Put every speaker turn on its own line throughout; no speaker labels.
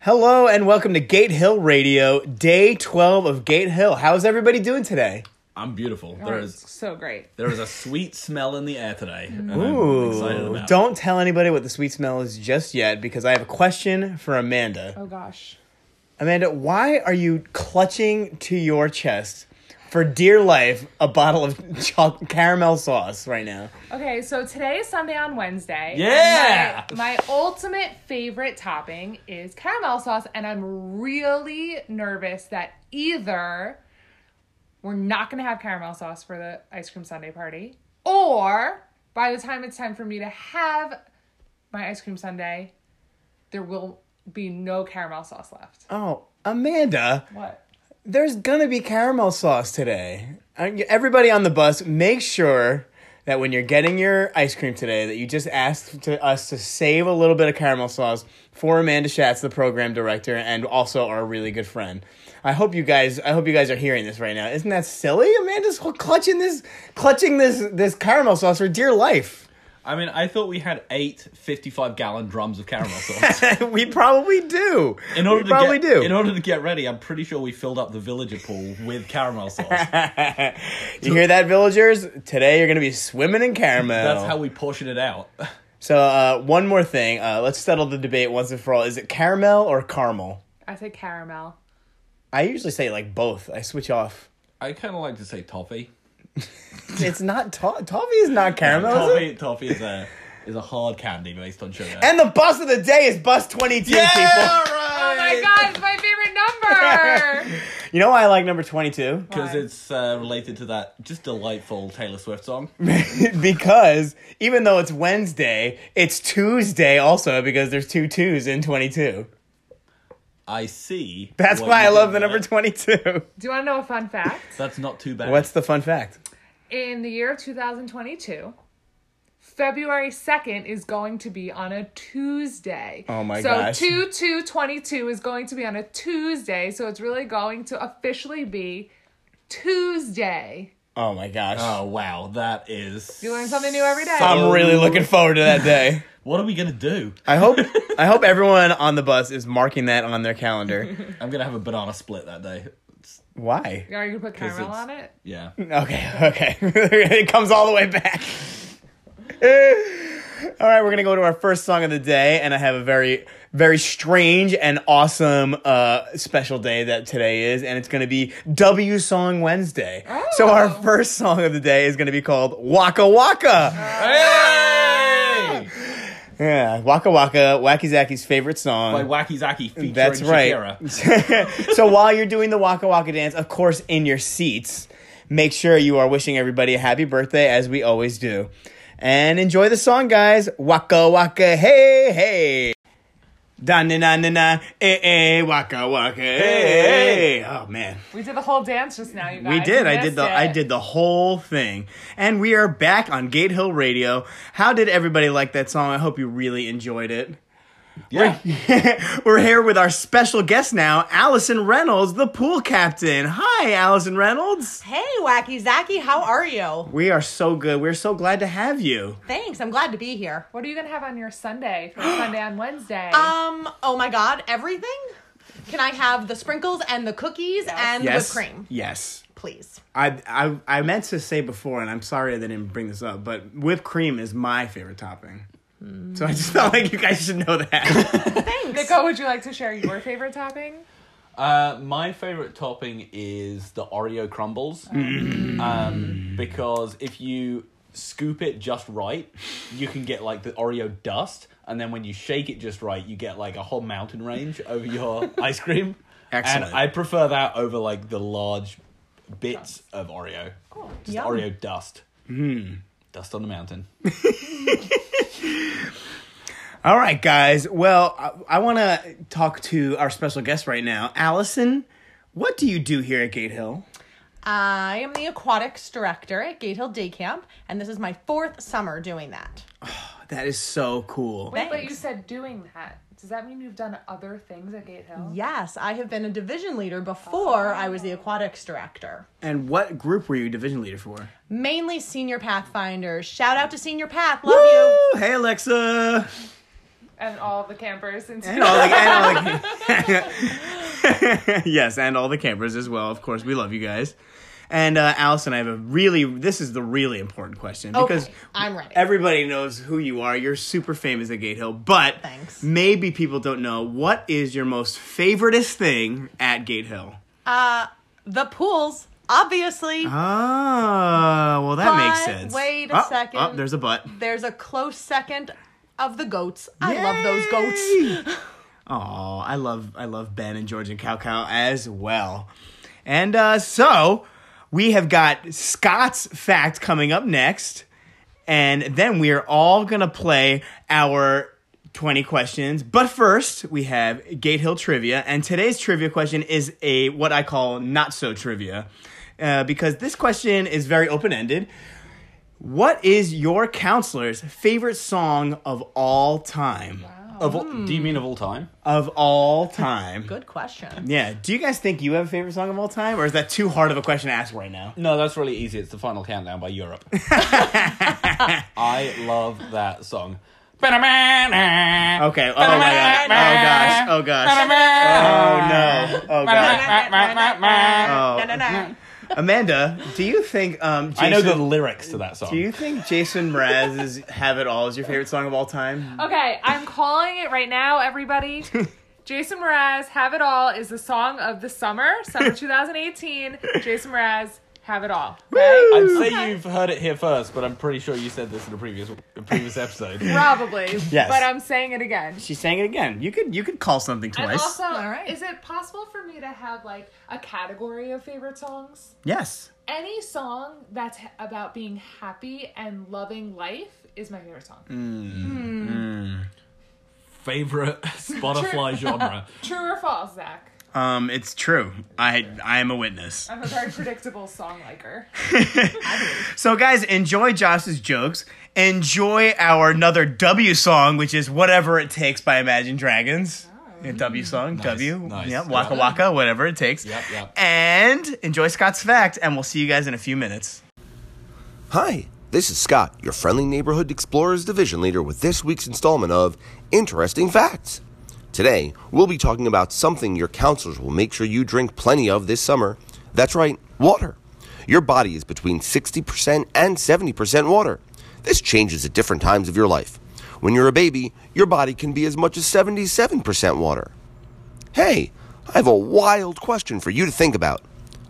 Hello and welcome to Gate Hill Radio, day 12 of Gate Hill. How's everybody doing today?
I'm beautiful.
Oh,
There
it's
is
so great.
there is a sweet smell in the air today. and I'm excited
Ooh,
about it.
don't tell anybody what the sweet smell is just yet because I have a question for Amanda.
Oh gosh.
Amanda, why are you clutching to your chest for dear life a bottle of choc caramel sauce right now?
Okay, so today is Sunday on Wednesday. and
Yeah!
My, my ultimate favorite topping is caramel sauce, and I'm really nervous that either we're not gonna have caramel sauce for the ice cream Sunday party, or by the time it's time for me to have my ice cream Sunday, there will be no caramel sauce left.
Oh, Amanda,
What?
there's gonna be caramel sauce today. Uh, y- Everybody on the bus, make sure that when you're getting your ice cream today, that you just ask to us to save a little bit of caramel sauce for Amanda Schatz, the program director, and also our really good friend. I hope you guys. I hope you guys are hearing this right now. Isn't that silly? Amanda's clutching this, clutching this, this caramel sauce for dear life.
I mean, I thought we had eight 55 gallon drums of caramel sauce.
we probably do.
In order
we
to
probably
get,
do.
In order to get ready, I'm pretty sure we filled up the villager pool with caramel sauce. That's
you hear that, villagers? Today you're gonna be swimming in caramel.
how we portioned it out.
So uh, one more thing, uh, let's settle the debate once and for all. Is it caramel or caramel?
I said caramel.
I usually say like both. I switch off.
I kind of like to say toffee.
It's not to- toffee is not caramel. is it?
Toffee, toffee is a is a hard candy based on sugar.
And the bus of the day is bus twenty two.
yeah,
People,
Oh my god, it's my favorite number!
you know why I like number twenty two?
Because
Why?
it's uh, related to that just delightful Taylor Swift song.
because even though it's Wednesday, it's Tuesday also because there's two twos in twenty two.
I see.
That's
what
why I
you
love
did
the
there.
number twenty two.
Do you wanna know a fun fact?
That's not too bad.
What's the fun fact?
in the year of 2022 february 2nd is going to be on a tuesday
Oh my
so
gosh.
2 2 22 is going to be on a tuesday so it's really going to officially be tuesday
Oh my gosh.
Oh wow, that is.
you learn something new every day
I'm really looking forward to that day.
What are we gonna do?
I hope I hope everyone on the bus is marking that on their calendar.
I'm gonna have a banana split that day. It's-
Why?
are you gonna put caramel
it's-
on it
yeah.
Okay, okay. it comes all the way back. all right, we're gonna go to our first song of the day, and I have a very, very strange and awesome uh, special day that today is, and it's gonna be W Song Wednesday. So our
Oh.
first song of the day is gonna be called Waka Waka.
Hey!
Yeah, Waka Waka, Wacky Zacky's favorite song.
By Wacky Zaki featuring
That's right.
Shakira.
so while you're doing the waka waka dance, of course, in your seats, make sure you are wishing everybody a happy birthday as we always do. And enjoy the song, guys. Waka waka, hey, hey. Da na na na na, eh eh, waka waka, hey, hey. Oh man.
we did the whole dance just now you guys
We did.
You
I did
missed
the I
it.
did the whole thing. And we are back on Gate Hill Radio. How did everybody like that song? I hope you really enjoyed it.
Yeah.
We're here with our special guest now, Allison Reynolds, the pool captain. Hi, Allison Reynolds.
Hey, Wacky Zacky, how are you?
We are so good. We're so glad to have you.
Thanks, I'm glad to be here.
what are you gonna have on your sunday for sunday on wednesday
Um, oh my god, everything? Can I have the sprinkles and the cookies and the
Yes.
whipped cream,
Yes.
please?
I, I I meant to say before, and I'm sorry I didn't bring this up, but whipped cream is my favorite topping.
Hmm.
So I just felt like you guys should know that.
Thanks.
Nico, would you like to share your favorite topping?
Uh, my favorite topping is the Oreo crumbles, um, because if you scoop it just right, you can get like the Oreo dust, and then when you shake it just right, you get like a whole mountain range over your ice cream.
Excellent.
And I prefer that over like the large bits of Oreo. Just
Yum.
Oreo dust. Dust on the mountain.
All right, guys. Well, I, I want to talk to our special guest right now, Allison. What do you do here at Gate Hill?
I am the aquatics director at Gate Hill Day Camp, and this is my fourth summer doing that.
That is so cool.
Wait, but you
Thanks.
said doing that. Does that mean you've done other things at Gate Hill?
Yes, I have been a division leader before I was the aquatics director.
And what group were you division leader for?
Mainly senior pathfinders. Shout out to Senior Path, love you.
Woo! Hey Alexa.
and all the campers and
And all the, and all the yes, and all the campers as well. Of course, we love you guys. And uh, Allison, I have a really this is the really important question because
okay, I'm ready.
everybody knows who you are. You're super famous at Gatehill, but
Thanks.
maybe people don't know what is your most favoriteest thing at Gatehill.
the pools, obviously.
Uh-huh. Ah, well that makes
But
sense.
wait a
Oh,
second.
Oh, there's a but.
There's a close second of the goats. I love those goats.
Oh, I love I love Ben and George and Cow Cow as well. And uh, so we have got Scott's fact coming up next, and then we are all gonna play our. 20 questions. But first, we have Gatehill trivia, and today's trivia question is a what I call not so trivia. Uh, because this question is very open ended. What is your counselor's favorite song of all time?
Of all, do you mean of all time?
of all time.
Good question.
Yeah. Do you guys think you have a favorite song of all time, or is that too hard of a question to ask right now?
No, that's really easy. It's the final countdown by Europe. I love that song.
Okay. Oh my god. Oh gosh. Oh gosh. Oh no. Oh god. Oh. Amanda, do you think um Jason,
I know the lyrics to that song.
do you think Jason Mraz's "Have It All" is your favorite song of all time?
Okay, I'm calling it right now, everybody. Jason Mraz, Have It All is the song of the summer, summer 2018. Jason Mraz, Have It All.
I'd say you've heard it here first, but I'm pretty sure you said this in a previous a previous episode.
Probably.
Yes.
But I'm saying it again.
She sang it again. You could you could call something
And
twice.
also,
All right.
is it possible for me to have like a category of favorite songs?
yes.
Any song that's h- about being happy and loving life is my favorite song.
Mm.
Favorite Spotify genre.
True or false, Zach?
Um, it's true. I I am a witness.
I'm a very predictable song liker.
So, guys, enjoy Josh's jokes. Enjoy our another W song, which is Whatever It Takes by Imagine Dragons. Yeah, w song, W.
nice.
Yep, Waka
Yeah.
Waka, whatever it takes.
Yep, yep.
And enjoy Scott's Fact, and we'll see you guys in a few minutes.
Hi, this is Scott, your friendly neighborhood explorers division leader with this week's installment of Interesting Facts. Today, we'll be talking about something your counselors will make sure you drink plenty of this summer. That's right, water. Your body is between 60% and 70% water. This changes at different times of your life. When you're a baby, your body can be as much as 77% water. Hey, I have a wild question for you to think about.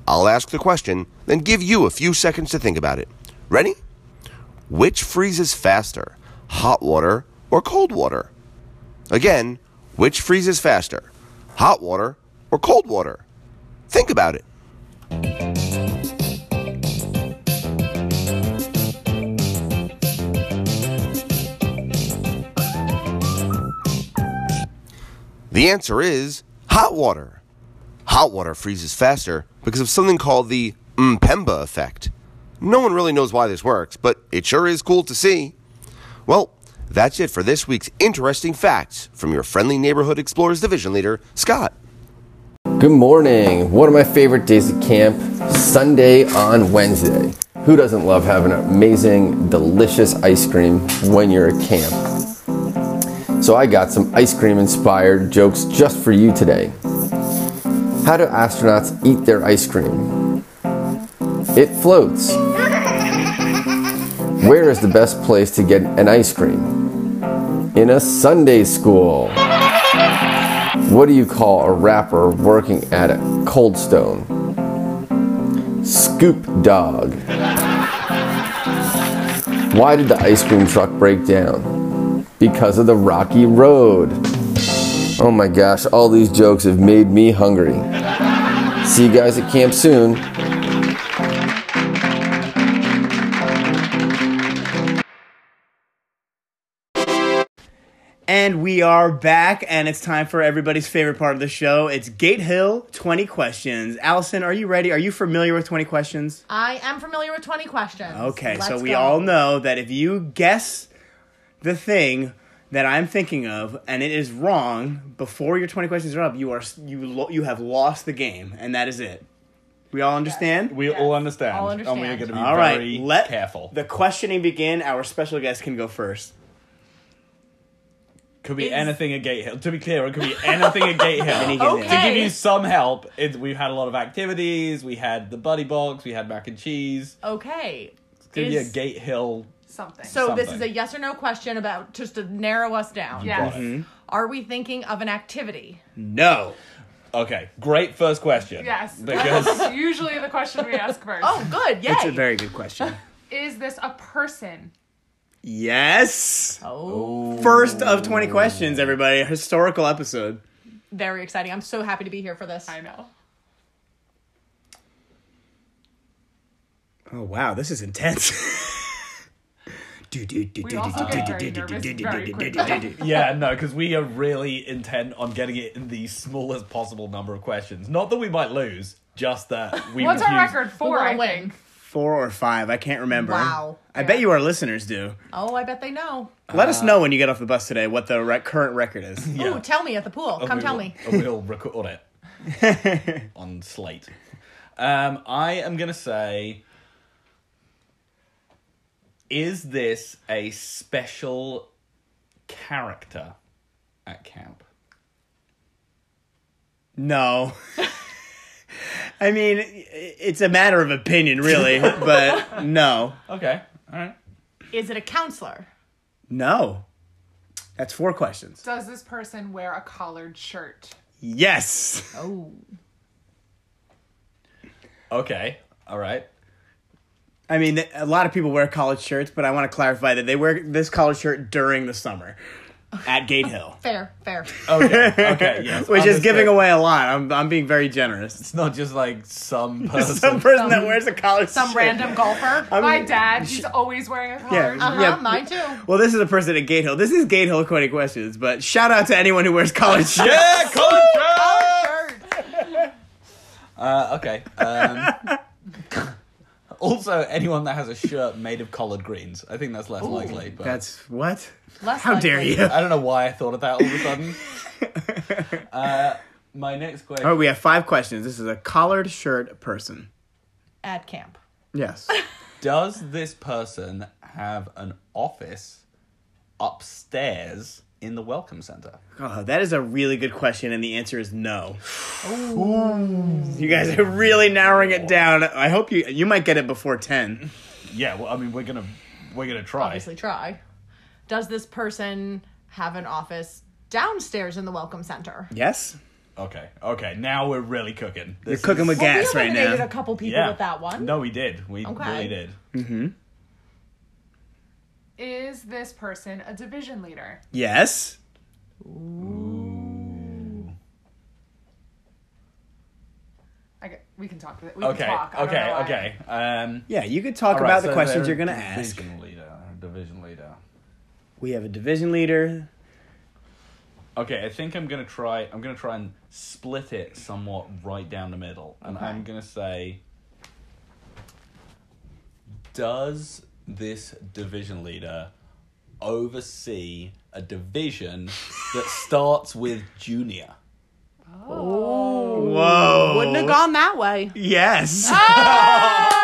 I'll ask the question, then give you a few seconds to think about it. Ready? Which freezes faster, hot water or cold water? Again, which freezes faster, hot water or cold water? Think about it. The answer is hot water. Hot water freezes faster because of something called the Mpemba effect. No one really knows why this works, but it sure is cool to see. Well, that's it for this week's interesting facts from your friendly neighborhood explorers division leader, Scott.
Good morning. One of my favorite days at camp, Sunday on Wednesday. Who doesn't love having amazing, delicious ice cream when you're at camp? So I got some ice cream inspired jokes just for you today. How do astronauts eat their ice cream? It floats. Where is the best place to get an ice cream? In a Sunday school. What do you call a rapper working at a cold stone? Scoop dog. Why did the ice cream truck break down? Because of the rocky road. Oh my gosh, all these jokes have made me hungry. See you guys at camp soon.
And we are back, and it's time for everybody's favorite part of the show. It's Gate Hill 20 Questions. Allison, are you ready? Are you familiar with 20 Questions?
I am familiar with 20 questions.
Okay, so
Let's
we
go.
all know that if you guess the thing that I'm thinking of and it is wrong before your 20 questions are up, you are you lo- you have lost the game, and that is it. We all understand.
We all understand.
All
And we're going to
understand.
be
all right,
very
let
careful.
the questioning begin. Our special guest can go first.
Could be
Is-
anything at Gate Hill. To be clear, it could be anything at Gate Hill.
Okay.
To give you some help, it, we've had a lot of activities. We had the buddy box. We had mac and cheese.
Okay.
It's gonna be a
Is-
Gate Hill.
Something.
So this is
Something.
a yes or no question about just to narrow us down.
yes.
hmm.
Are we thinking of an activity?
No.
Okay, great first question.
Yes.
Because
That's usually the question we ask first.
Oh, good. Yay.
It's a very good question.
Is this a person?
Yes.
oh,
First of 20 questions, everybody. Historical episode.
very exciting. I'm so happy to be here for this.
I know.
Oh, wow. This is intense. Do, do, do, do, do,
also
do,
get
do,
very
do,
nervous
do, do,
very
do, do,
quickly.
do, do, do.
yeah, no, because we are really intent on getting it in the smallest possible number of questions. Not that we might lose, just that we.
What's our
refuse-
record?
We
Four,
wanna
I
win.
think.
Four or five. I can't remember.
Wow.
I bet you our listeners do.
Oh, I bet they know.
Let us know when you get off the bus today what the re- current record is.
Yeah.
Ooh, tell me at the pool. Come
Oh, we
tell
will-
me.
and we'll record it on Slate. Um, I am gonna say, is this a special character at camp?
No. I mean, i- it's a matter of opinion, really, but no.
Okay, all right.
Is it a counselor?
No. That's four questions.
Does this person wear a collared shirt?
Yes.
Oh,
Okay, all right.
I mean, th- a lot of people wear college shirts, but I want to clarify that they wear this college shirt during the summer at Gate Hill,
fair, fair.
Oh.
Okay, okay, yes.
which is
understood.
giving away a lot. I'm, I'm being very generous.
It's not just like some person.
Some person that wears a college
Some
shirt.
random golfer.
My dad, he's always wearing a collared shirt.
Yeah,
Uh-huh,
yeah.
mine too.
Well, this is a person at Gate Hill. This is Gate Hill Quoting Questions, but shout out to anyone who wears college shirts.
yeah, coach.
Shirt.
Uh, okay. Um, also, anyone that has a shirt made of collard greens, I think that's less likely. But
That's what?
Less
How dare
likely.
you?
I don't know why I thought of that all of a sudden. uh, my next question.
All right, we have five questions. This is a collared shirt person.
At camp.
Yes.
Does this person have an office upstairs in the welcome center?
Oh, that is a really good question, and the answer is no. You guys are really narrowing it down. I hope you you might get it before ten.
Yeah, well, I mean, we're gonna we're gonna try.
Obviously, try. Does this person have an office downstairs in the welcome center?
Yes,
Okay, okay. Now we're really cooking.
you're
This
cooking
is-
with gas
we
right
eliminated
now.
a couple people
yeah.
with that one.
No, we did. We
Okay.
really did.
Is this person a division leader?
yes,
I get, we can talk. We
Okay,
can talk. I don't
okay,
know why.
okay. Um,
yeah. You could talk
all right,
about the
so
questions
they're
you're gonna
a
ask.
Division leader, division leader.
We have a division leader.
Okay, I think I'm gonna try. I'm gonna try and split it somewhat right down the middle, and I'm gonna say, does this division leader oversee a division that starts with junior?
Whoa!
Wouldn't have gone that way.
Yes.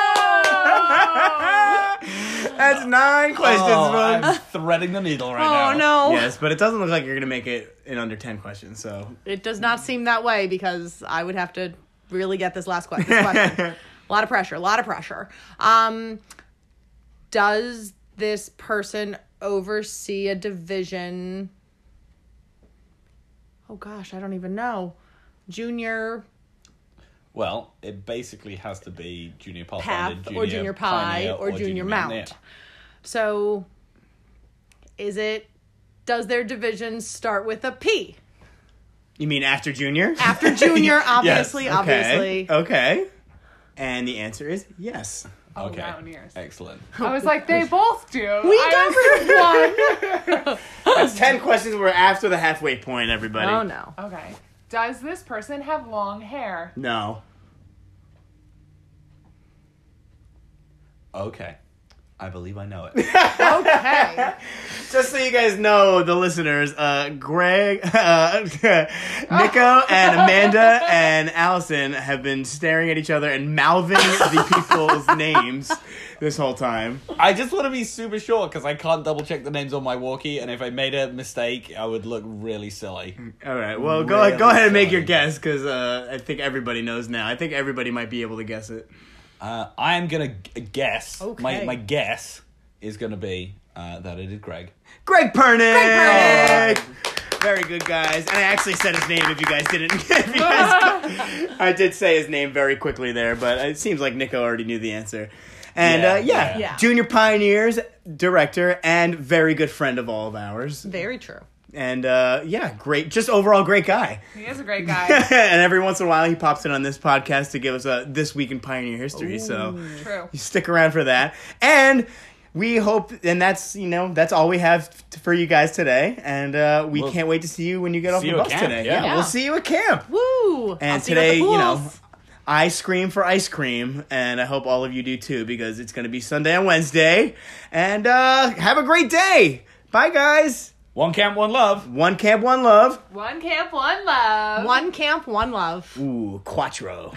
Oh,
That's nine questions,
Oh,
folks.
I'm threading the needle right now.
Oh no.
Yes, but it doesn't look like you're gonna make it in under ten questions. So
It does not seem that way because I would have to really get this last question. This question. a lot of pressure, a lot of pressure. Um, does this person oversee a division? Oh gosh, I don't even know. Junior
Well, it basically has to be junior pathfinder,
path
junior
or junior pie
pioneer,
or, junior, mount.
mountaineer.
So is it does their division start with a P?
you mean after junior?
After junior, obviously, obviously.
Okay. And the answer is yes.
Oh,
Okay.
Mountaineers.
Excellent.
I was like, they both do. We
That's 10 questions. We're after the halfway point, everybody.
Oh no.
Okay. Does this person have long hair?
No.
Okay. I believe I know it.
Okay.
Just so you guys know, the listeners, uh, Greg, uh, Nico, and Amanda and Allison have been staring at each other and mouthing the people's names this whole time.
I just want to be super sure because I can't double check the names on my walkie, and if I made a mistake, I would look really silly.
All right, well, go
Really
go ahead and make your
sorry.
guess because uh, I think everybody knows now. I think everybody might be able to guess it.
Uh, I am gonna g- guess. My
Okay.
my guess is gonna be uh, that it is Greg.
Greg Pernick. Oh.
Greg
Very good, guys. And I actually said his name. If you guys didn't, if you guys, I did say his name very quickly there, but it seems like Nico already knew the answer. And
Yeah,
uh, yeah,
yeah.
Yeah.
Junior Pioneers director and very good friend of all of ours.
Very true.
And uh, yeah, great, just overall great guy.
He is a great guy.
and every once in a while, he pops in on this podcast to give us a this week in pioneer history. So
True.
you stick around for that and we hope and that's you know that's all we have t- for you guys today and uh, we
We'll
can't wait to see you when you get off
see
the
you at
bus
camp,
today
yeah.
we'll see you at camp and
Woo! I'll see at
today
the
you know
pools.
i scream for ice cream and i hope all of you do too because it's going to be sunday and wednesday and uh, have a great day bye guys
One camp, one love.
one camp one love
One camp, one love.
One camp, one love.
ooh quattro